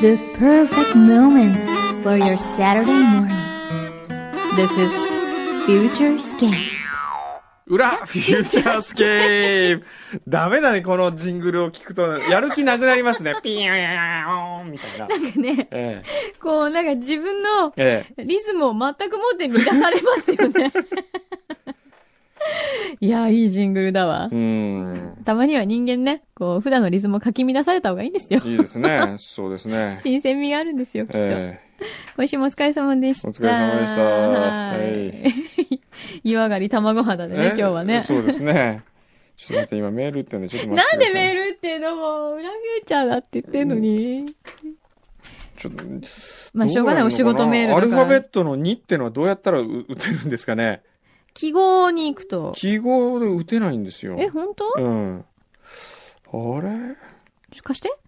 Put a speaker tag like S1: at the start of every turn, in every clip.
S1: the perfect moments for your Saturday morning. This is Future Scape.
S2: 裏フューチャースケー プダメだね、このジングルを聞くと、やる気なくなりま すね。ピーンみたいな。
S1: なんかね、
S2: え
S1: こう、なんか自分の
S2: え、え
S1: リズムを全くもって乱されますよね。 いや、いいジングルだわ
S2: え。う。ん。
S1: たまには人間ね、こう、普段のリズムをかき乱された方がいいん ですよ。
S2: いいですね。そうで すね。
S1: 新鮮味があるんですよ、きっと。
S2: え
S1: 今週もお疲れ様でした。
S2: お疲れ様でした
S1: はい。 湯上がり卵肌
S2: え
S1: でね、今日はね。
S2: そうですね。ちょっと待って、今メールってんで、ちょっと待っ
S1: な
S2: て
S1: ん
S2: くださ
S1: で
S2: い。
S1: メ
S2: ル
S1: ールっていうのも、裏フューチャーだって言ってんのに。
S2: ちょっと、
S1: まあ、しょうがない、お仕
S2: どうやるのか
S1: 事メール
S2: ア
S1: だ
S2: ル
S1: から。
S2: ファベットの2ってのはどうやったらう打てるんですかね。
S1: 記号に行くと。
S2: 記号で打てないんですよ。
S1: え、本当？
S2: うん。あれ
S1: 貸して。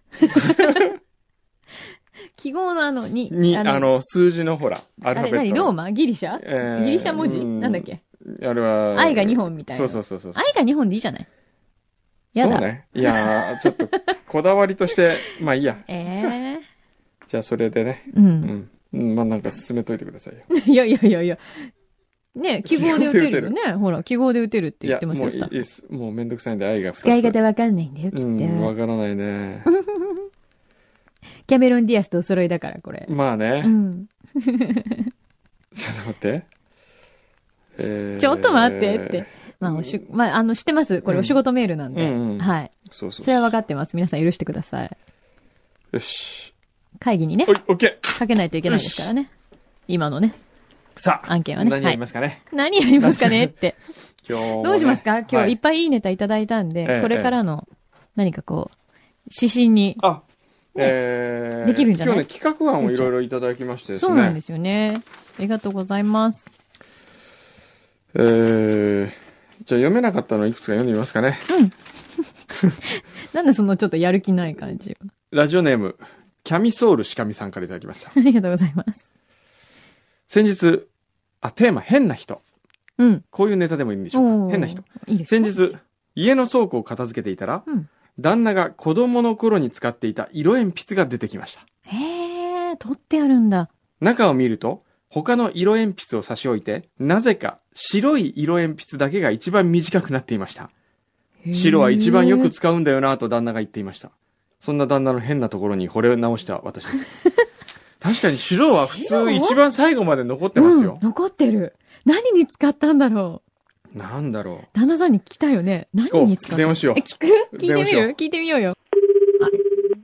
S1: 記号のあの、に、
S2: に、あ、の、数字のほら、ア
S1: あ
S2: ルフ
S1: れ
S2: ァベッ
S1: 何ロー
S2: トの。
S1: マギリシャ
S2: えー
S1: ギリシャ文字
S2: う
S1: なんだっけ
S2: あれは。
S1: 愛が2本みたい
S2: そ
S1: な。
S2: うそうそうそう。
S1: 愛が2本でいいじゃないや
S2: そう
S1: だ。
S2: ね。いや ー、ちょっと、こだわりとして、まあいいや。
S1: ええ
S2: じゃあそれでね。
S1: う。
S2: うんん。うんまあなんか進めといてくださいよ。
S1: いやいやいやいや。ね記号で打てるよ ね。ほら、記号で打てるって言ってま
S2: い
S1: す
S2: やも
S1: よ、ス
S2: ういい
S1: タッフ
S2: いいっす。もうめんどくさいんで愛が2つ。
S1: 使い方わかんないんだよ、きっ
S2: うん、わ
S1: と。
S2: からないね。
S1: キャメロン・ディアスとお揃いだから、これ。
S2: まあね
S1: う。ん。
S2: ちょっと待って。えー
S1: ちょっと待ってって。。まあ、おし、まあ、あの、知ってます。これ
S2: うん
S1: お仕事メールなんで。
S2: うんうん
S1: はい。
S2: そうそう
S1: それは分かってます。皆さん許してください。
S2: よし。
S1: 会議にね
S2: お、い、オッケ
S1: かけないといけないですからね。今のね、
S2: ー。さあ、
S1: 案件はね。
S2: 何や
S1: は
S2: り
S1: い
S2: ま。すかね。
S1: 何やりますかねって。
S2: 今日もね。
S1: どうしますか今
S2: は
S1: 日い
S2: い
S1: っぱいいいネタいただいたんで、
S2: ええ
S1: これからの、何かこう、指針に。
S2: あ、えー、
S1: できるんじゃない
S2: 今日ね、企画案をいろいろいただきましてですね。。
S1: そうなんですすよね。ありがとうございます。
S2: えー、じゃあ読めなかったのいくつか読んでみますかね。
S1: なんでそのちょっとやる気ない感じは
S2: ラジオネーム、キャミソールしかみさんからいただきました。
S1: ありがとうございます。
S2: 先日、あ、テーマ、変な人。
S1: うん。
S2: こういうネタでもいいんでしょう
S1: お
S2: か。
S1: ー
S2: 変な人。。
S1: いいです
S2: 先
S1: か。
S2: 日、家の倉庫を片付けていたら、
S1: うん
S2: 旦那が子供の頃に使っていた色鉛筆が出てきました。
S1: へえ、取ってあるんだ。
S2: 中を見ると、他の色鉛筆を差し置いて、なぜか白い色鉛筆だけが一番短くなっていました。
S1: へー
S2: 白は一番よく使うんだよなと旦那が言っていました。そんな旦那の変なところに惚れ直した 私です。確かに白は普通
S1: 白
S2: 一番最後まで残ってますよ
S1: うん、。残ってる。何に使ったんだろう。
S2: なんだろ
S1: 旦那さんに聞きたいよね。
S2: う。こ
S1: 何に使
S2: う、
S1: っ
S2: 電
S1: た
S2: 話しよ
S1: え、
S2: う。
S1: 聞く聞いてみ
S2: 電話しよう
S1: る聞いてみようよ。あ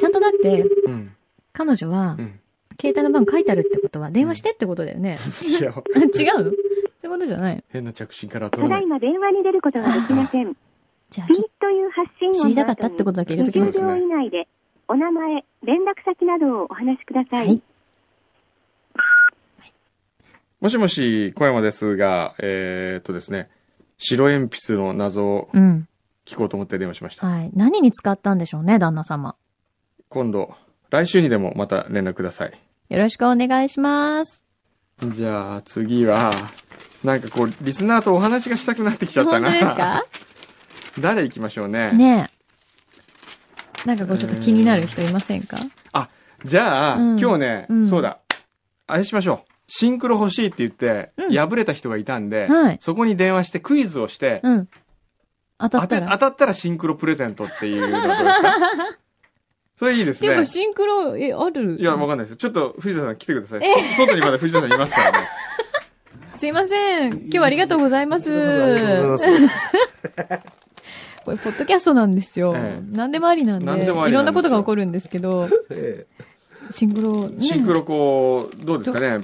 S1: ちゃんとだって、
S2: うん。
S1: 彼女は
S2: う、ん。
S1: 携帯の番号書いてあるってことは、電話してってことだよね。
S2: いや、
S1: 違うのそういうことじゃないの
S2: 変な着信から
S3: た
S2: 取
S3: だ
S2: れ
S3: いま電話に出ることはできません。
S1: じゃあ、
S3: ピ
S1: ち
S3: ー
S1: ょっ
S3: という発信音
S1: と知りたかったってことだけ入れときます
S3: 20秒以内で、お名前、連絡先などをお話しください。
S1: はい
S2: もしもし、小山ですが、えー、っとですね、白鉛筆の謎を
S1: と。うん。
S2: 聞こうと思って電話しました。
S1: はい。何に使ったんでしょうね、旦那様。
S2: 今度、来週にでもまた連絡ください。
S1: よろしくお願いします。
S2: じゃあ次は、なんかこう、リスナーとお話がしたくなってきちゃった
S1: 本
S2: な。
S1: 当ですか
S2: 誰行きましょうね。
S1: ねえ。なんかこう、ちょっと気になる人いませんか
S2: じゃあ、
S1: うん
S2: 今日ね、
S1: うん
S2: そうだ、あれしましょう。シンクロ欲しいって言って、
S1: うん
S2: 破れた人がいたんで、
S1: はい。
S2: そこに電話してクイズをして、
S1: うん。当た
S2: 当
S1: った
S2: て
S1: ら。
S2: 当たったらシンクロプレゼントっていうのはどうで すかそれいいです
S1: ていう
S2: ね
S1: か、。シンクロ、え、ある
S2: いや、わかんないです。ちょっと藤田さん来てください。そ外にまだ藤田さんいま すからね。
S1: すいません。今日はありがとうございます。
S4: ありがとうございます。
S1: これ、ポッドキャストなんですよ。
S2: ええ
S1: 何でもありなんで。
S2: 何でもあ
S1: い
S2: り
S1: ろ
S2: なんんで
S1: なこ
S2: すよ
S1: とが起こるんですけど、
S4: え
S1: シンクロ、ね、
S2: シンクロこう、どうですかね。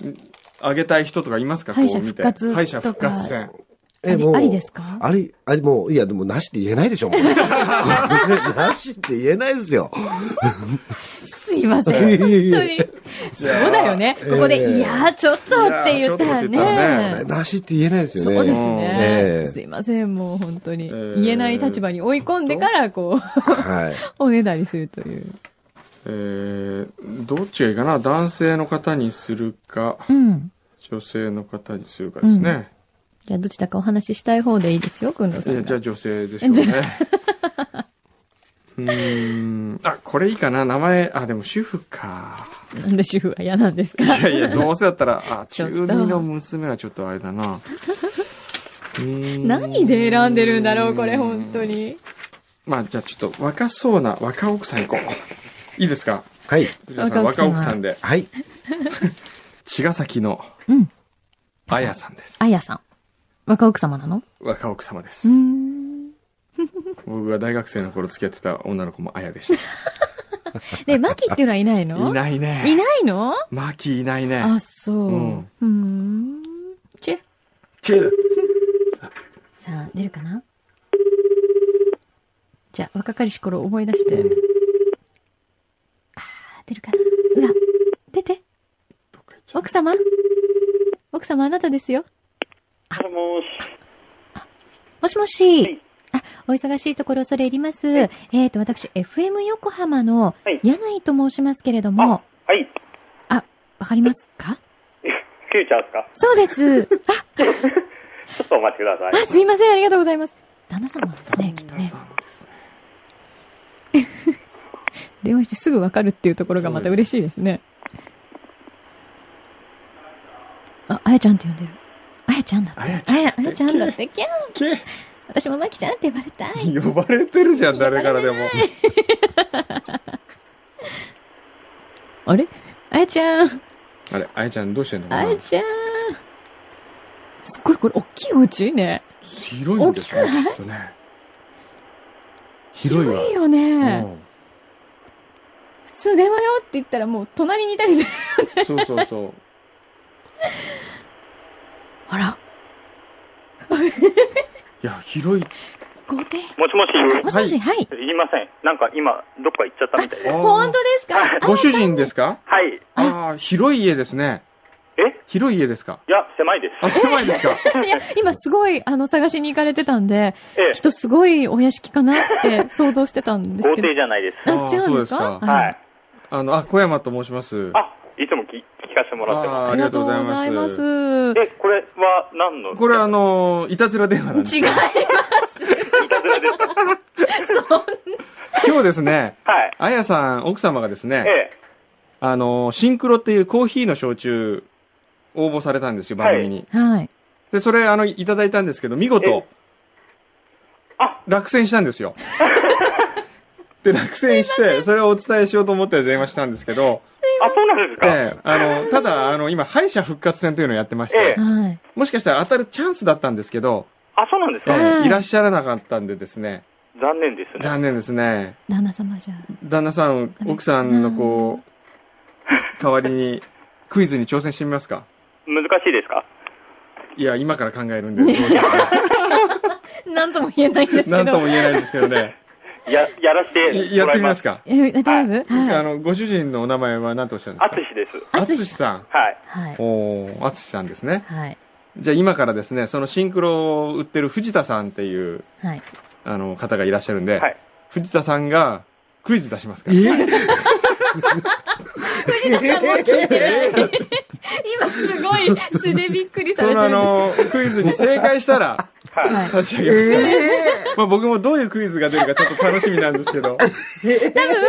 S2: あげたい人とかいますかこ
S1: 敗者
S2: う見
S1: 復
S2: て。
S1: 活
S2: 敗者復活
S1: とか
S2: 戦。
S4: え
S1: あり
S4: もう
S1: ありですか
S4: あり、あり、もう、いや、でも、なしって言えないで しょ、もう。 なしって言えないですよ。
S1: すいません。
S2: ええ
S1: 本当に。そう
S2: じゃあ
S1: だよね。
S4: え
S1: ここで、いやー、ちょっとって
S2: いや
S1: 言
S2: ー
S1: ったら
S2: ちょっとって言ったら
S1: ね
S2: ね。
S4: なしって言えないですよ
S1: そ
S4: ね。
S1: うです
S4: え
S1: ね
S4: え。
S1: すいません、もう本当に。
S2: ええ
S1: 言えない立場に追い込んでから、こう、
S4: はい。
S1: おねだりするという。
S2: えー、どっちがいいかな男性の方にするか、
S1: うん。
S2: 女性の方にするかですね。
S1: じゃあ、どちらかお話ししたい方でいいですよ、くんのさ
S2: いや
S1: ん
S2: じゃあ
S1: が。
S2: 女性でしょうね。うーん。あ、これいいかな。名前、あ、でも主婦か。
S1: なんで主婦は嫌なんですか
S2: いやいや、どうせだったら、あ、
S1: ちょ
S2: 中
S1: っと
S2: 二の娘はちょっとあれだな。うーん
S1: 何で選んでるんだろう、これ、本当。に。
S2: まあ、じゃあちょっと若そうな若奥さん行こう。いいですか
S4: はい。
S2: 藤田さん
S1: 若
S2: 若
S1: 奥
S2: 奥
S1: さん
S2: さんで。
S4: はい。
S2: 茅ヶ崎の
S1: うん。
S2: あやさんです。
S1: あやさん。若奥様なの
S2: 若奥様です
S1: うー。ん。
S2: 僕が大学生の頃付き合ってた女の子もあやでし
S1: で、マキっていうのはいない
S2: た。
S1: の
S2: いないね。
S1: いないの
S2: マキいないね。
S1: あ、そう。
S2: うん
S1: うーん。チェ。
S2: チェ
S1: さあ、出るかなじゃあ、若かりし頃思い出して。あー出るかなうわ、出て。
S2: どっか行っちゃっ
S1: 奥様奥様、あなたですよ。
S5: もし
S1: もしも
S5: もし。
S1: し。
S5: はい
S1: あ、お忙しいところ恐れ入ります。えっ、と、私、FM 横浜の
S5: はい
S1: 柳井と申しますけれども、わ、
S5: はい。
S1: かりますか
S5: フューチャーですか
S1: そう です。
S5: ちょっとお待ちください。
S1: あ、すいません。ありがとうございます。旦那様なんですね、きっと
S2: た
S1: ね。
S2: そうですね
S1: 電話してすぐわかるっていうところがまた嬉しいですね。あ、あやちゃんって呼んでる。あやちゃんだって。
S2: あやち
S1: あ
S2: ゃん
S1: や、あやちゃんだって。キャー
S2: け
S1: 私もまきちゃんって呼ばれたい。
S2: 呼ばれてるじゃん、誰からで も。
S1: あれあやちゃん。
S2: あれ、あやちゃんどうしてんのか
S1: あ
S2: な
S1: やちゃん。すっごい、これ、大きいお家ね。
S2: 広いんですよね、きっとね。広いわ。
S1: いいよね。
S2: う
S1: 普通電話よって言ったらもう隣にいたりす る。
S2: んそうそ うそう。
S1: あら、
S2: いや、広い。
S1: 豪邸。
S5: もしもし。
S1: もしもし、はい。
S5: 言いません。なんか今、どっか行っちゃったみたいで。は
S1: 本当ですか
S2: ご主人ですか
S5: い。
S2: ああ、広い家ですね。
S5: え
S2: 広い家ですか
S5: いや、狭いです。
S2: あ、狭いですか
S1: いや、今すごい、あの、探しに行かれてたんで、
S5: ええ
S1: きっ。とすごいお屋敷かなって想像してたんです
S5: 豪
S1: けど
S5: 邸。じゃないです。
S2: あ
S1: あ、違うんです
S2: そう
S1: か
S2: です
S1: あ
S5: はい。
S2: あの、あ、小山と申します。
S5: あ、いつもき聞かせてもらってま。
S2: あーありがとうございます
S1: ありがとうございます。
S5: え、これは何の
S2: これあの、いたずら電話なんですす
S1: 違いま
S2: よ。
S5: いたずらですか
S2: 今日ですね、
S5: はい。
S2: あやさん、奥様がです
S5: え
S2: ね、
S5: え。
S2: あの、シンクロっていうコーヒーの焼酎、応募されたんですよ、番組に。
S1: す。はい。
S2: で、それ、あの、いただいたんですけど、見事
S5: え、あ
S2: 落選したん ですよ。で、落選して、それをお伝えしようと思って電話したんですけど、
S5: あ、そうなんですか
S2: ええ、あの、ただ、あの、今、敗者復活戦というのをやってまして、
S5: え
S1: はい。
S2: もしかしたら当たるチャンスだったんですけど、
S5: あ、そうなんです
S2: え
S5: か
S1: はい
S2: えいらっしゃらなかったんでですね、
S5: 残念ですね。
S2: 残念ですね。
S1: 旦那様じゃ。
S2: 旦那さん、奥さんのこう、代わりに、クイズに挑戦してみますか
S5: 難しいですか
S2: いや、今から考えるんで、どうぞ
S1: なんとも言えないんですけど。
S2: なんとも言えないですけどね。
S5: や、やらせて
S2: いや
S5: も
S2: っ
S5: ら
S2: て
S5: い
S2: みま
S5: ますす。
S2: か。
S1: え、やってます
S2: あ
S1: はい。
S2: の、ご主人のお名前は何とおっしゃるんです
S5: あ
S2: か
S5: つしです。
S2: あつ
S1: 淳
S2: しさん。
S5: はい。
S1: はい。
S2: おー、あつしさんですね。
S1: はい。
S2: じゃあ今からですね、そのシンクロを売ってる藤田さんっていう、
S1: はい。
S2: あの、方がいらっしゃるんで、
S5: はい
S2: 藤田さんがクイズ出しますから。
S4: え
S1: 今すごい素でびっくりさ
S2: そ
S1: れて
S2: の
S1: るん
S2: あ
S1: です
S2: の、クイズに正解したら、
S5: はい。
S1: はい
S2: 差し上げます。まあ僕もどういうクイズが出るかちょっと楽しみなんですけど。
S1: 多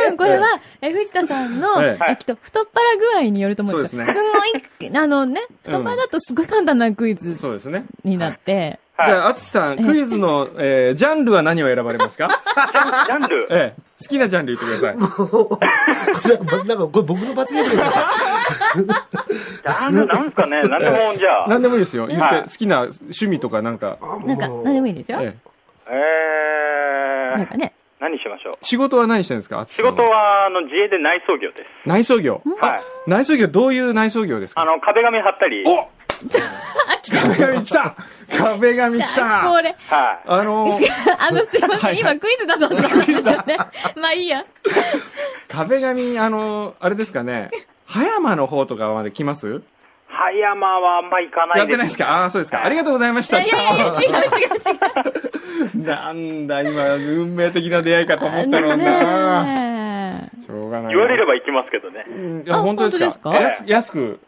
S1: 分、これは、え、藤田さんの、
S2: え
S5: え
S1: え、きっと、太っ腹具合によると思うんですよ。
S2: そうです
S1: んごい、あのね、太っ腹だとすごい簡単なクイズ
S2: そうですね。
S1: になって、
S2: じ
S5: は
S2: ゃあ、あつしさん、クイズの、えージャンルは何を選ばれますか
S5: い。ジャンル。
S2: ええ好きなジャンル言ってください。
S4: これ、なんか、これ僕の罰ゲームですか
S5: ジャンルなんすかねなんでも、じゃあ。
S2: 何でもいいですよ。言
S5: は
S2: っ
S5: い
S2: て、好きな趣味とかなんか、
S1: なんか、なんでもいいですよ。
S2: ええ
S1: なん
S5: えー
S1: か、ね、
S5: 何しましょう
S2: 仕事は何してるんですかあつし
S5: 仕
S2: さん
S5: 事は、あの、自営で内装業です。
S2: 内装業。
S5: はい。
S2: 内装業、どういう内装業ですか
S5: あの、壁紙貼ったり、はい。
S2: お壁紙来た壁紙来
S1: こ
S2: た
S1: れ、
S2: あの、
S1: あの、すいません、今クイズ出そうと思ったんですよね。まあいいや。
S2: 壁紙、あの、あれですかね。葉山の方とかまで来ます
S5: 葉山はあんま行かない
S2: や
S5: で
S2: っ
S5: す。
S2: てないですかああー、そうですか。
S5: はい
S2: ありがとうございまし
S1: い
S2: た。
S1: やいやいや、違う違う違う。
S2: なんだ、今、運命的な出会いかと思ったのにな。
S1: ねえ
S2: しょうがないな。
S5: 言われれば行きますけどね。
S2: うんい
S1: あ
S2: や、本当ですか
S1: 本当
S5: です
S2: 安
S5: か
S2: 安く、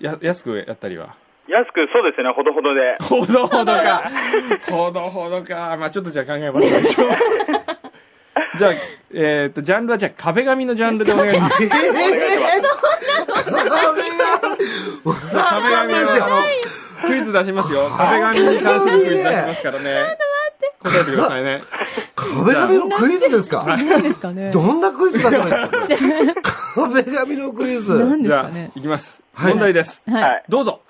S2: や安くやったりは。
S5: 安く、そうですね、ほどほどで。
S2: ほど ほどか。ほどほどか。まあちょっとじゃあ考えますでしょう。じゃあ、えーっと、ジャンルは、じゃあ、壁紙のジャンルでお願いします。
S4: ええそんな
S2: 壁紙
S4: です
S2: あ
S4: よ。
S2: のクイズ出しますよ。 壁紙に関するクイズ出しますからね。ちょっと待って。答えてくださいね。
S4: 壁紙のクイズですか
S1: なんですかね。
S4: どんなクイズ出せばいいんですかこ れ壁紙のクイ
S1: な
S4: ズ。
S1: んです
S2: じゃ
S1: か
S2: あ、
S1: ね。
S2: いきます。
S4: はい
S2: 問題です。
S1: はい。
S5: い。
S2: どうぞ。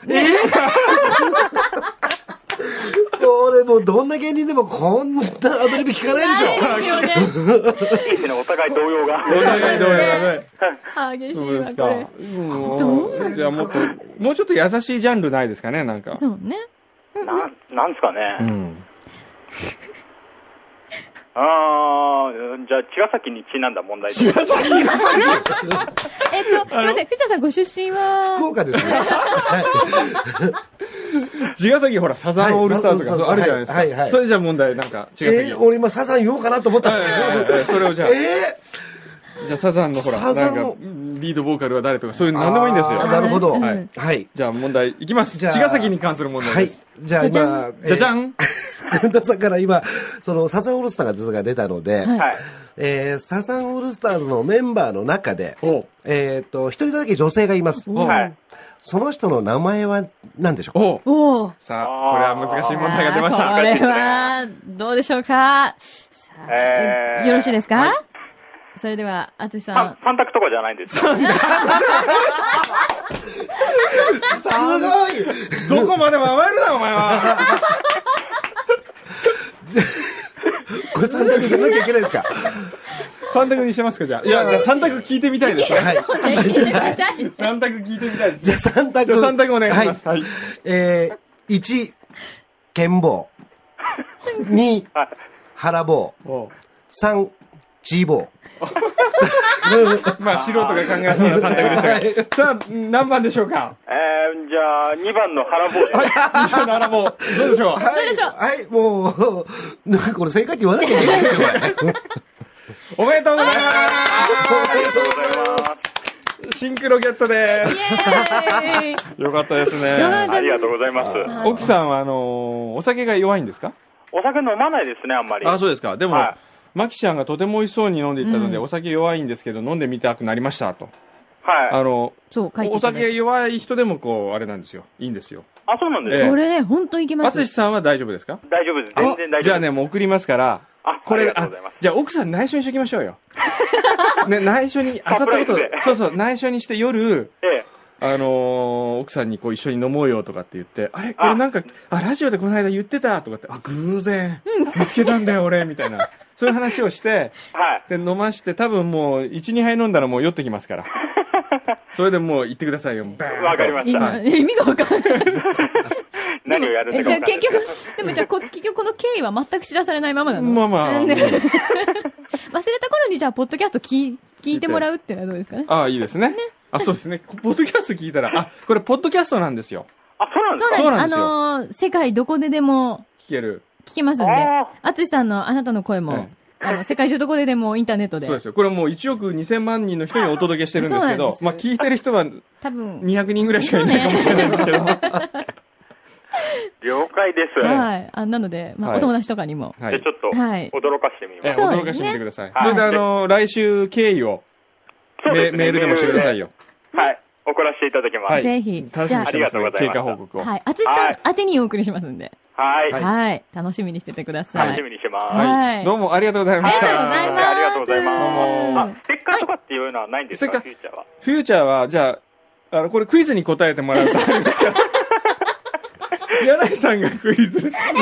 S4: これもうどんな芸人でもこんなアドリブ聞かないでしょ。
S1: ないですよね。
S5: いいですね、お互い動揺が。
S2: 問題ない、どうやらね。
S1: 激しい
S2: そうで
S1: わ、
S2: す
S1: これ
S2: か。。うんじゃあ、もっと、もうちょっと優しいジャンルないですかね、なんか。
S1: そうね。
S5: なん、なんですか
S2: う
S5: ね。
S2: ん。
S5: あー、じゃあ、茅ヶ崎にちなんだ問題で。
S1: えっと、すみません、藤田さんご出身
S4: 福
S1: は、
S4: 岡ですね。
S2: 茅ヶ崎ほら、サザンオールスターとか、
S4: はい
S2: そうあるじゃないですか。
S4: はいはいはい
S2: それじゃあ問題、なんか、茅ヶ崎。
S4: えー、俺今サザン言おうかなと思ったん
S2: はいはい
S4: で
S2: はいはいそれをじゃ
S4: すよ。
S2: あ、
S4: え
S2: じゃあサザンのほら、
S4: サザ
S2: なん
S4: ン
S2: か
S4: の、
S2: リードボーカルは誰とか、そういう
S4: ー
S2: の何でもいいんです
S4: あーな
S2: よ。
S4: るほど。
S1: はい
S4: はい。はい。
S2: じゃあ問題、いきます。
S4: じ
S2: 茅
S4: ゃあ
S2: ヶ崎に関する問題です。
S4: じゃあ
S1: じ
S4: 今、
S2: じゃじゃ
S4: ん
S2: ん
S4: 遠藤さんから今、そのサザンオールスターズが出たので、
S1: はい
S5: はい。
S4: えーサザンオールスターズのメンバーの中で、
S2: お
S4: えっと、一人だけ女性がいます。
S2: お
S5: はい。
S4: その人の名前は何でしょう
S2: お
S1: おお。
S2: さ
S5: あ
S2: あ、
S5: ー
S2: これは難しい問題が出まし
S1: あ
S2: た。
S1: ーこれは、どうでしょうかさあ
S5: えー
S1: よろしいですか、
S2: はい
S1: それでは、あつしさ
S5: 三
S1: ん。
S5: 三択とかじゃないんですよ。
S4: すごい
S2: どこまでも甘えるな、お前は。
S4: これ3択いかなきゃいけないですか
S2: 三択にしてますか、じゃあ。いや、じゃあ三択聞いてみたいです。
S4: はい。
S1: 聞いてみたい。
S2: 三択聞いてみたいです。
S4: じゃあ3択。
S2: じゃあ三択お願いします。
S4: は
S2: はい。
S4: えー、1、剣棒。2、
S5: はい
S4: 腹棒。
S2: おう
S4: 3、チー棒。
S2: まあ、素人が考えそうな三択でしたが。さあ、何番でしょう か
S5: えー、じゃあ、2番の腹坊主。
S2: はい。さよならもう、どうでしょう
S4: はい、
S1: どうでしょう
S4: はい、もう、なんかこれ正解って言わなきゃいけないですよ、これ。
S2: おめでとうございま
S5: ありがとうございます。
S2: すシンクロゲットで
S1: イエーイ
S2: す。よかったです
S1: よかっ
S2: ね。
S5: ありがとうございます。
S2: 奥さんは、あのー、お酒が弱いんですか
S5: お酒飲まないですね、あんまり。
S2: あ、そうですか。でも
S5: はい、
S2: マキちゃんがとても美味しそうに飲んでいたので、
S1: うん
S2: お酒弱いんですけど、飲んでみたくなりました、と。
S5: はい。
S2: あの、
S1: そう、書いて
S2: お
S1: いただ
S2: 酒
S1: いて
S2: 弱い人でも、こう、あれなんですよ。いいんですよ。
S5: あ、そうなんです
S2: ええ
S5: か
S1: これね、本当にいけま
S2: あ
S1: す
S2: つし。さんは大丈夫ですか
S5: 大丈夫です。全然大丈夫です。
S2: じゃあね、もう送りますから、
S5: あ、
S2: こ
S5: あり
S2: れ
S5: が、とう
S2: あ
S5: ございます。、
S2: じゃあ奥さん内緒にしときましょう よ。ね、内緒に、当たったこ
S5: サプ
S2: と
S5: ライズで、
S2: そうそう、内緒にして夜、
S5: ええ。
S2: あのー奥さんにこう一緒に飲もうよとかって言って、あれこ
S5: あ
S2: れなんか、あ、ラジオでこの間言ってたとかって、あ、偶然、見つけたんだよ俺、みたいな。そういう話をして、
S5: はい。
S2: で、飲まして、多分もう、1、2杯飲んだらもう酔ってきますから。それでもう行ってく ださいよ、バーンと
S5: わかりまし
S1: 今、
S5: た。
S2: は
S1: 意味がわかんない。
S5: 何をやるの
S1: え
S5: か
S1: じゃあ
S5: わかんない
S1: 結
S5: ですけ
S1: 局、
S5: ど
S1: でもじゃあこ結局この経緯は全く知らされないままなの
S2: まあまあ
S1: うんね忘れた頃にじゃあ、ポッドキャスト聞い聞いてもらうっていうのはどうですかね
S2: ああ、いいですね。あ、そうですね。ポッドキャスト聞いたら、あ、これ、ポッドキャストなんですよ。
S5: あ、そうなんです
S1: そう
S5: か
S2: そうな
S1: なん
S2: ん
S1: で。
S2: ですすよ
S1: あのー世界どこででも
S2: 聞ける。
S1: 聞けますんで
S5: あー、
S1: あつしさんのあなたの声も、
S2: うん
S1: あの、世界中どこででもインターネットで
S2: そう、ですよ。これもう1億2000万人の人にお届けしてるんですけ
S1: そうなん
S2: ど
S1: で、す
S2: まあ聞いてる人は
S1: 多分、
S2: 200人ぐらいしかいないかもしれないです けど。
S5: 了解です。じ
S1: はい。あなので、まあ、
S2: はい
S1: お友達とかにも。
S2: は
S5: ゃあ
S2: い
S5: ち。ょっと、
S1: はい
S5: 驚かしてみ
S2: え
S5: ま
S2: え
S5: す。
S1: そうですね
S2: 驚かしてみてください。
S5: はい
S2: それであの、来週経緯を
S5: そう
S2: メ
S5: ですね
S2: メールでもしてくださいよ。
S5: はい。送らせていただきます。
S2: はい
S1: ぜひ。
S2: 楽し
S1: じ
S2: み
S1: ゃ
S2: に
S1: あ
S2: して
S5: あり
S2: ま
S5: が
S2: す
S5: とう
S2: ね
S5: ご。ざい
S2: 経
S5: ます
S2: 過報告を。
S1: はい。あつしさ
S5: は
S1: ん
S5: い
S1: 宛てにお送りしますんで。
S5: はい。
S2: はい
S1: はい。楽しみにしててください。
S5: 楽しみにしてます。
S1: はい
S2: どうもありがとうござい
S1: あ
S2: ま
S1: り
S2: し
S1: がとう
S2: た。
S1: ございます。
S5: ありがとうございます
S2: ど
S5: あ、ステッカーとかっていうのはないんですか、
S2: はい
S5: フューチャーは。
S2: フューチャーは、じゃあ、あの、これクイズに答えてもらうとありますから。 柳井さんがクイズしない。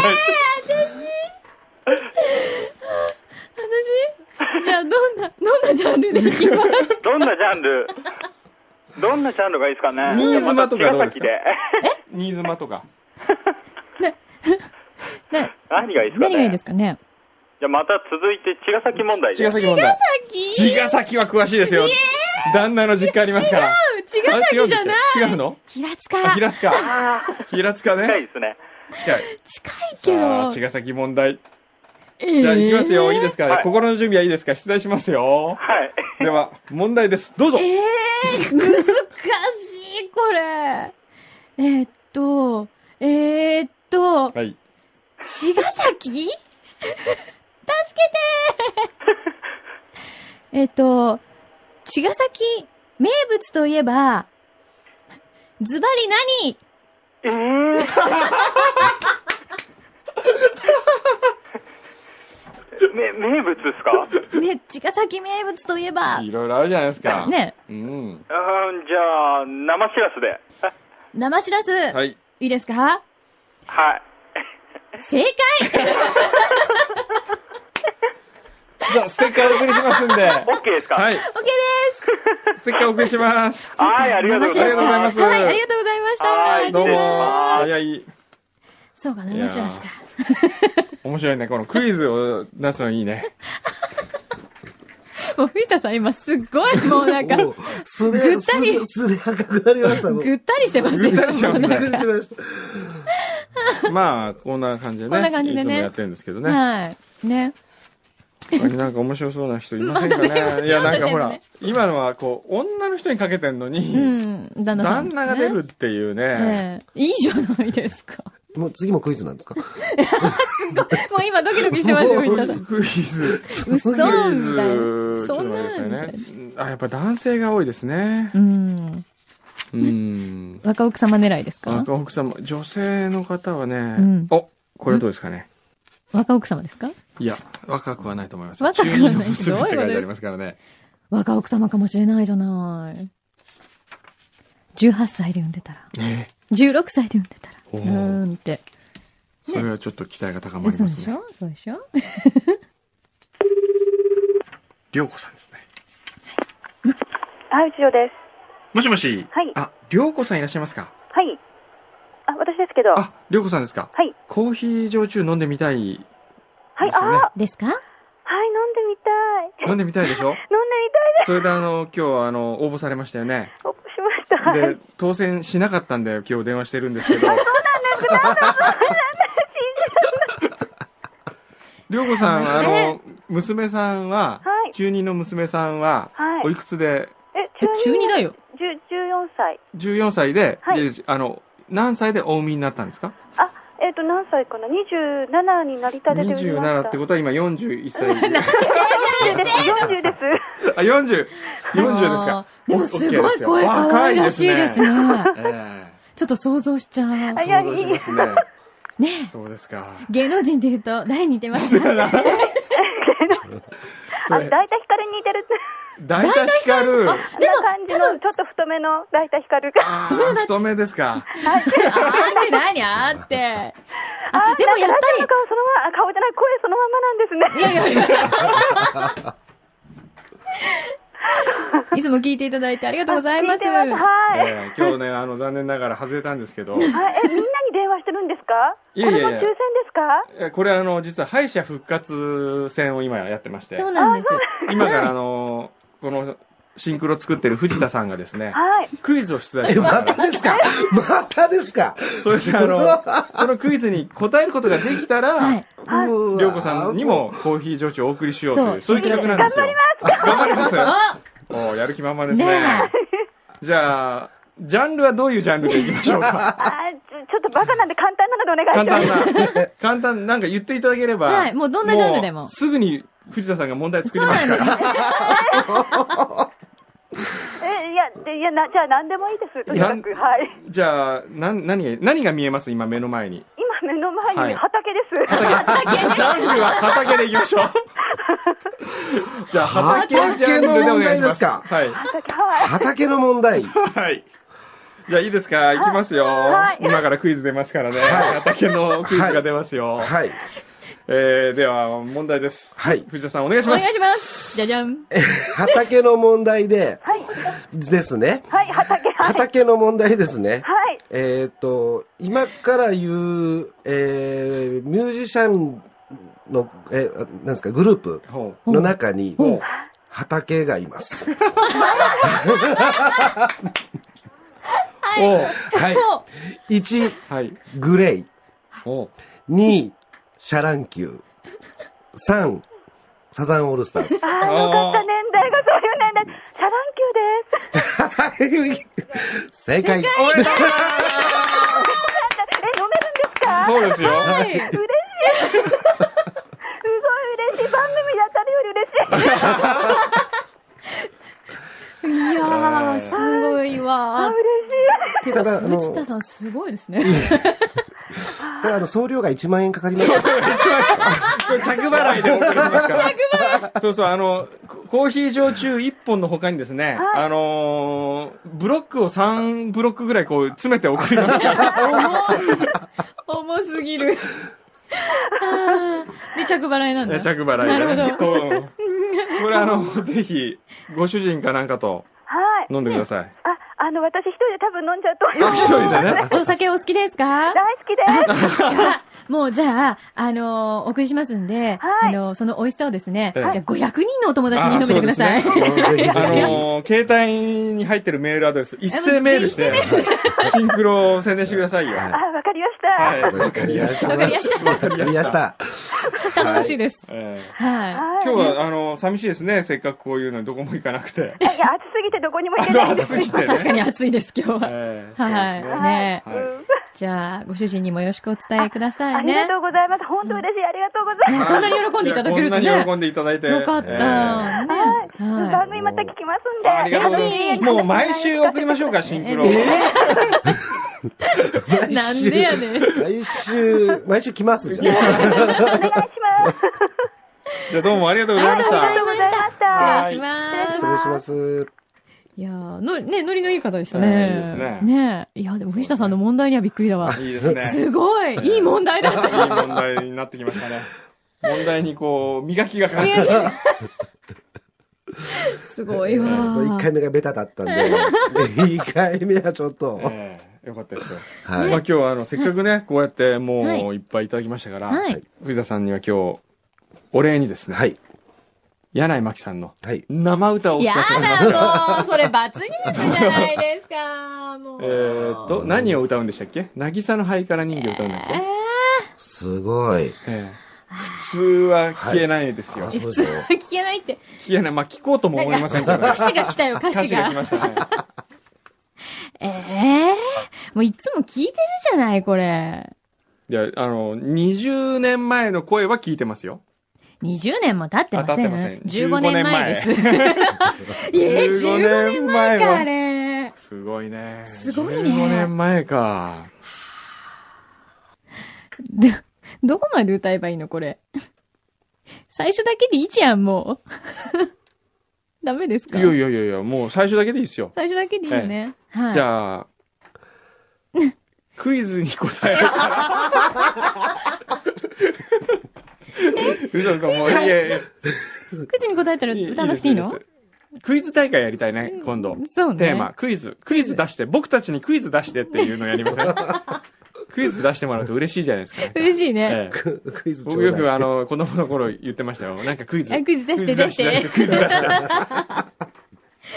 S1: 私 じゃあ、どんな、どんなジャンルでいきます
S5: どんなジャンル、どんなジャンルがいいですかね。
S2: 新妻とかどうで すか
S5: 茅ヶ崎で。
S2: 新妻とか。
S1: ね、
S5: 何がいいですかね。
S1: 何がいいですかね
S5: じゃあまた続いて茅ヶ崎問題で
S2: 茅ヶ崎問題。
S1: 違う
S2: 茅ヶ崎は詳しいですよ。旦那の実家ありますから。
S1: 茅ヶ
S2: あ違う
S1: 崎
S2: んで
S1: じ
S2: す
S1: ゃ
S2: か
S1: ない
S2: 違うの
S1: 平塚
S2: あ平塚。
S5: ああ、
S2: 平塚
S5: 近い
S2: ね。
S5: ですね。
S2: 近い。
S1: 近いけ
S2: さあ、
S1: ど。
S2: 茅ヶ崎問題。
S1: え
S2: じゃあ、行きますよ。いいですか、
S5: はい
S2: 心の準備はいいですか出題しますよ。
S5: はい。
S2: では、問題です。どうぞ。
S1: えー、難しい、これ。えーっと、えーっと、
S2: はい。
S1: 茅ヶ崎助けてえっ、と、茅ヶ崎名物といえば、ズバリ何
S5: えー、め名物ですか
S1: ね、茅ヶ崎名物といえば、
S2: いろいろあるじゃないですか。。
S1: ね、
S2: うん。
S5: あーじゃあ、生しらすで。
S1: 生しらす、、
S2: はいい。
S1: いですか
S5: はい。
S1: 正解
S2: じゃあ、ステッカーお送りしますんで。は
S5: OK ですか
S2: い。
S1: OK です
S2: ステッカーお送りします。
S5: はい、ありがとうござい
S2: ありがとうござい
S5: ま。
S2: ますす
S1: はい、ありがとうございました。
S5: はい
S2: どう
S5: 失礼し
S2: も。
S5: ます
S2: 早い。
S1: そうか、生しらすか。
S2: 面白いね。このクイズを出すのいいね。
S1: もう藤田さん今すっごいもうなんか、
S4: もうすね、
S1: ぐったり
S4: すねすね赤くなりました。もう
S1: ぐったりしてますよ。
S2: ぐったりしてます
S4: び
S2: ね
S4: っくりしました。
S2: まあ、こんな感じでね。
S1: こんな感じでね
S2: いつもやってるんですけどね。
S1: はい。ね。
S2: 他になんか面白そうな人いませんかね。いや、なんかほら、今のはこう、女の人にかけてんの
S1: う
S2: に、
S1: ん、旦那さん、
S2: 旦那が出。るっていうね。
S1: ええ、いいじゃないですか。
S4: もう次もクイズなんですか
S1: もう今ドキドキして ますよ、藤田さん。
S2: クイズ。
S1: 嘘み
S2: クイ
S1: たいな。
S2: ズ、ちょっと待ってください
S1: そ
S2: ね。あ、やっぱ男性が多いですね
S1: う。ん。
S2: うん。
S1: 若奥様狙いですか
S2: 赤奥さんも、女性の方はね、
S1: うん
S2: お、これどうですかね。
S1: 若奥様ですか
S2: いや、若くはないと思います。
S1: 若くはない
S2: 中二の娘って書いてありますからね。
S1: 若奥様かもしれないじゃない。18歳で産んでたら。
S2: ね
S1: 16歳で産んでたら。
S2: お
S1: う
S2: ー
S1: ーんって。
S2: それはちょっと期待が高ま
S1: え
S2: り
S1: そう
S2: ま
S1: ですし
S2: ね。
S1: ょそうでしょ
S2: りょうこさんですね。
S3: はい、後ろです。
S2: もしもし。
S3: はい
S2: あ、りょうこさんいらっしゃいますか
S3: はい。あ、私ですけど。は
S2: あ、りょうこさんですか
S3: はい。
S2: コーヒー焼酎飲んでみたい。
S3: い、
S2: です
S3: あ
S2: よね
S3: あ、
S1: ですか
S3: はい、飲んでみたい。
S2: 飲んでみたいでしょ
S3: 飲んでみたい
S2: それであの、今日あの、応募されましたよね。
S3: おしました。
S2: で、当選しなかったんで今日電話してるんですけど。りょうこさん、あの、娘さんは、
S3: はい
S2: 中二の娘さんは、
S3: はい
S2: おいくつで、
S3: え、
S1: え、中二
S3: だ。
S1: だよ。
S3: 10 14歳。
S2: 14歳で、
S3: はい
S2: であの、何歳でお産みになったんですか
S3: あ、えっ、と、何歳かな ?27 になりたてで産みました。
S2: ?27 ってことは今41歳。
S3: 40です。40です。
S2: あ、40!40 ですか。
S1: あーでもすごい声可愛らしいですね。
S2: え
S1: ちょっと想像しちゃう
S2: え。想像しますね。
S1: ね
S2: そうですか。
S1: え芸能人で言うと誰に似てますか
S2: そ
S3: あ、
S2: れ、
S3: 大体光に似てる。
S2: 大体光る。
S3: あんな感じの、ちょっと太めの大体光が。
S2: あー太めですか。
S1: あーって何あーって。あ、でもやっ
S3: ラジオの顔そのまま、あ顔じゃない、声そのままな
S1: ぱ
S3: んです
S1: り、いやいやい
S3: ね。
S1: や。 いつも聞いていただいてありがとうございます。
S3: 聞いてはい。
S2: ええ今日ね、あの、残念ながら外れたんですけど、
S3: あえ、みんなに電話してるんですか
S2: いやいやいや
S3: これも抽選ですか
S2: えこれあの、実は敗者復活戦を今やってまして
S1: そ、うなんです。
S2: 今からあの、この、シンクロ作ってる藤田さんがですね、
S3: はい。
S2: クイズを出題し
S4: え、
S2: てま
S4: ます
S2: から
S4: たですかまたですか
S2: それであの、そのクイズに答えることができたら、
S1: はい。
S3: はいう
S4: わ
S2: りょうこさんにもコーヒー女子をお送りしようという、
S1: そ
S2: そうういう企画なんですよ。頑張ります頑張
S1: あ
S2: りますおーやる気満々です
S1: ね
S2: ね。じゃあ、ジャンルはどういうジャンルでいきましょうか
S3: あちょ、ちょっとバカなんで簡単なのでお願いし
S2: 簡
S3: ます。
S2: 単 な、簡単、なんか言っていただければ。
S1: はいもうどんなジャンルでも
S2: うすぐに藤田さんが問題作
S1: そ
S2: り
S1: うなん
S2: ますか
S1: で
S2: ら。
S1: す。
S3: え、いや、でいや、な、じゃあ何でもいいです。とにかく、
S2: な
S3: はい。
S2: じゃあ、なん、何が、何が見えます今目の前に。
S3: 今目の前
S2: はい
S3: に畑です。
S2: じゃあジャンルは畑でいきましょう。じゃあ、畑ジャンルでお願いします。
S4: 畑の問題ですか
S2: はい。
S3: 畑、はい。
S4: 畑の問題。
S2: はい。じゃあいいですかいきますよ、
S3: はい
S2: 今からクイズ出ますからね。畑のクイズが出ますよ。
S4: はい。
S2: えー、では、問題です。
S4: はい
S2: 藤田さんお願いし
S1: お
S2: ま
S1: 願い
S2: す。
S1: します。じゃじゃん。
S4: 畑の問題で、
S3: はい。
S4: ですね。
S3: はい、畑、はい。
S4: 畑の問題ですね。
S3: はい。
S4: えっ、と、今から言う、えー、ミュージシャンの、えー、なんですか、グループ
S2: ほう
S4: の中に、
S2: ほう
S4: 畑がいます。
S1: はい。
S2: ほ
S4: はい。
S1: も
S4: 1、
S2: うはい。
S4: グレイ。
S2: ほ
S4: 2、シャランキュー。3、サザンオールスターズ。
S3: ああ、よかった。年代がそういう年代。シャランキューです。
S4: 正解。
S3: え、飲めるんですか
S2: う。そうですよ。
S1: うはい。
S3: 嬉しい。すごい嬉しい。番組で当たるより嬉しい。
S1: ていう
S4: ただ
S1: か、
S4: あの
S1: 藤田さんすごいですね。
S4: ただ、あの、送料が1万円かかりますから。
S2: これ着払いでお送りしますから。そうそう、あの、ココーヒー焼酎1本の他にですね、
S3: はい
S2: あのーブロックを3ブロックぐらいこう詰めて送りますから。
S1: 重い重すぎる。あーで、着払い なんだ。
S2: 着払いで
S1: なる
S2: ね。
S1: ほ
S2: こうこれあの、ぜひ、ご主人かなんかと
S3: はい。
S2: 飲んでください。
S3: あ、あの、私一人で多分飲んじゃうと思い
S2: あ
S3: ます
S2: 一人でね。
S1: お酒お好きですか
S3: 大好きです。
S1: もうじゃあ、あのーお送りしますんで、あ
S3: はい
S1: のーその美味しさをですね、
S2: ええ
S1: じゃあ500人のお友達に飲めてください。
S2: あそう
S4: うんぜひぜひ。
S2: あのー携帯に入ってるメールアドレス、一斉メールして
S1: えもう、
S2: シンクロを宣伝してくださいよ。
S4: はい
S3: あ、わかりました。
S2: はい
S4: よろしくお願いします。わかりました。
S1: 楽しいです。
S2: えー
S1: は
S3: はい。
S2: 今日は、あの、寂しいですね。せっかくこういうのにどこも行かなくて。
S3: いや、暑すぎてどこにも行けないんで
S2: 暑
S3: す。
S2: すぎて
S1: い。
S2: ね。
S1: 確かに暑いです、今日は。
S2: えー。
S1: はい。
S2: そうですね
S1: ね
S2: はい
S3: うん
S1: じゃあ、ご主人にもよろしくお伝えくださ
S3: あ
S1: い
S3: りが
S1: ね。
S3: とうございます。本当嬉しい。ありがとうございます。
S1: こんなに喜んでいただけるとね
S2: いやこんなに喜んでいただいて。
S1: よかった。
S2: え
S1: ね。
S2: ー
S3: 番
S1: は
S3: 組また聞きますんで。
S2: ありがとうござ
S1: ぜ
S2: い
S1: ひ
S2: ます。もう毎週送りましょうか、シンクロ。
S1: えい。
S4: 来週
S1: なんでや ねん。
S4: 来週、毎週来ますじゃん。
S3: お願いします。
S2: じゃあどうもありがとうござい
S1: あり
S2: ま
S1: が
S2: し
S1: とうご
S2: た
S1: ざ。いました。
S2: は
S1: 失礼
S2: い
S1: します
S4: 失。礼します。
S1: いやーの、ね、ノリのいい方でした
S2: ええいいです
S1: ね
S2: ね。
S1: ねえいや、でも藤田さんの問題にはびっくりだわ。
S2: いいですね。
S1: すごいいい問題だっ
S2: いい
S1: た。
S2: 問題になってきましたね。問題にこう、磨きがかかって
S1: いやいや すごいわ
S4: 1回
S1: ー。
S4: 目がベタだっ たんで、2回目はちょっと。
S2: えーよかったですよ。まあ
S4: はい。
S2: 今日はあの、せっかくね、こうやっても
S1: は
S2: う
S1: い
S2: いっぱいいただきましたから、
S1: はい。
S2: 藤田さんには今日、お礼にですね、
S4: はい。
S2: 柳井真紀さんの
S4: はい。
S2: 生歌をお聞
S1: や
S2: かせします。
S1: だ、もう、それ罰ゲームじゃないですか、もう。
S2: えーっと、何を歌うんでしたっけ渚のハイカラ人形歌うんだっけ、
S1: え
S4: すごい。
S2: えー普通は聞けないですよ。
S4: あ、
S1: ー
S4: そう
S1: 普
S4: です
S1: 通
S4: よ
S1: は。聞けないって。
S2: 聞けない。まあ聞こうとも思いませんけど、ね、
S1: 歌詞が来た よ、歌
S2: 歌
S1: 詞
S2: 詞が来
S1: が。
S2: ましたね。
S1: ええもういつも聞いてるじゃない、これ。
S2: いや、あの、20年前の声は聞いてますよ。
S1: 20年も経ってません。
S2: あ経ってません
S1: 15年前です。 ええ
S2: 15
S1: 15年前
S2: は
S1: か、あれ。
S2: すごいね。
S1: すごいね
S2: 15年前か。
S1: ど、どこまで歌えばいいのこれ。最初だけでいいじゃん、もう。 ダメです
S2: い
S1: か
S2: やいやいやいや、もう最初だけでいいですよ。
S1: 最初だけでいいよね。はい。
S2: じゃあ、クイズに答 えるから。うささんもう、いやいや
S1: クイズに答えたら歌わなくていいの
S2: ですですクイズ大会やりたいね、今度。
S1: そうね。
S2: テーマ、クイズ。クイズ出して、僕たちにクイズ出してっていうのやりませ んクイズ出してもらうと嬉しいじゃないですか。
S1: 嬉しいね。
S2: ええ
S4: ククイズちょ
S2: 僕
S4: う
S2: よ
S4: だい
S2: くあの、子供の頃言ってましたよ。なんかクイズ。
S1: あクイズ出して出して
S2: クイズ出して。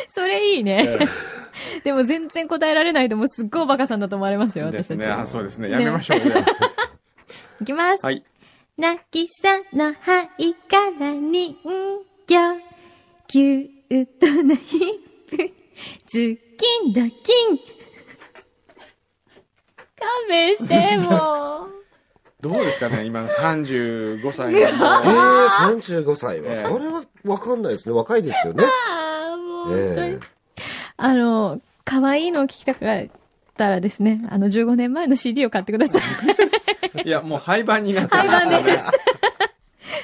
S1: それいいね。 でも全然答えられないともうすっごいバカさんだと思われますよ、
S2: で
S1: 私
S2: す
S1: たち。
S2: ね。あ、そうですね。
S1: ね
S2: やめましょう。
S1: いきます。
S2: はい。
S1: なぎさのはいから人形。キュートなヒップ。ズキンドキン。勘弁して、もう。
S2: どうですかね、今の35歳
S4: え
S2: の。
S4: ー、35歳は。
S2: ええ
S4: それはわかんないですね。若いですよ ね。
S1: ああ、もう本当に。
S4: え
S1: あの、可愛いのを聞きたかったらですね、あの15年前の CD を買ってください。
S2: いや、もう廃盤になって
S1: 廃
S2: ます
S1: 盤です。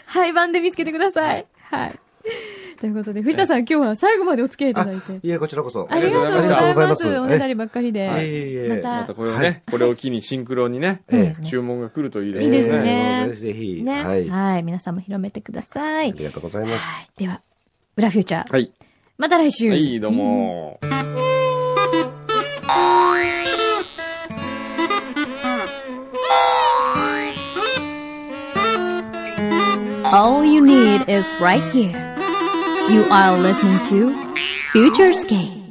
S1: 廃盤で見つけてください。はい。ということで、藤田さん、今日は最後までお付き合いいただいて
S4: え。。いえ、こちらこそ。
S1: ありがとうご
S2: あ
S1: ざ
S2: り
S1: います。おねだ
S4: え
S1: りばっかり
S2: は
S1: で。
S4: えいえいえ。
S1: ま
S2: またこれをね、これを機にシンクロにね、
S4: ええ
S2: 注文が来るといいです
S1: いいですね
S4: えーぜひぜひ。
S1: ね。
S4: はい。あ
S1: はい。皆さんも広めてください。
S4: りがとうございます。
S1: はい。では、裏フューチャー。
S2: はい。
S1: また来週。
S2: はい、どう。も。
S6: All you need is right here. You are listening to Futurescape.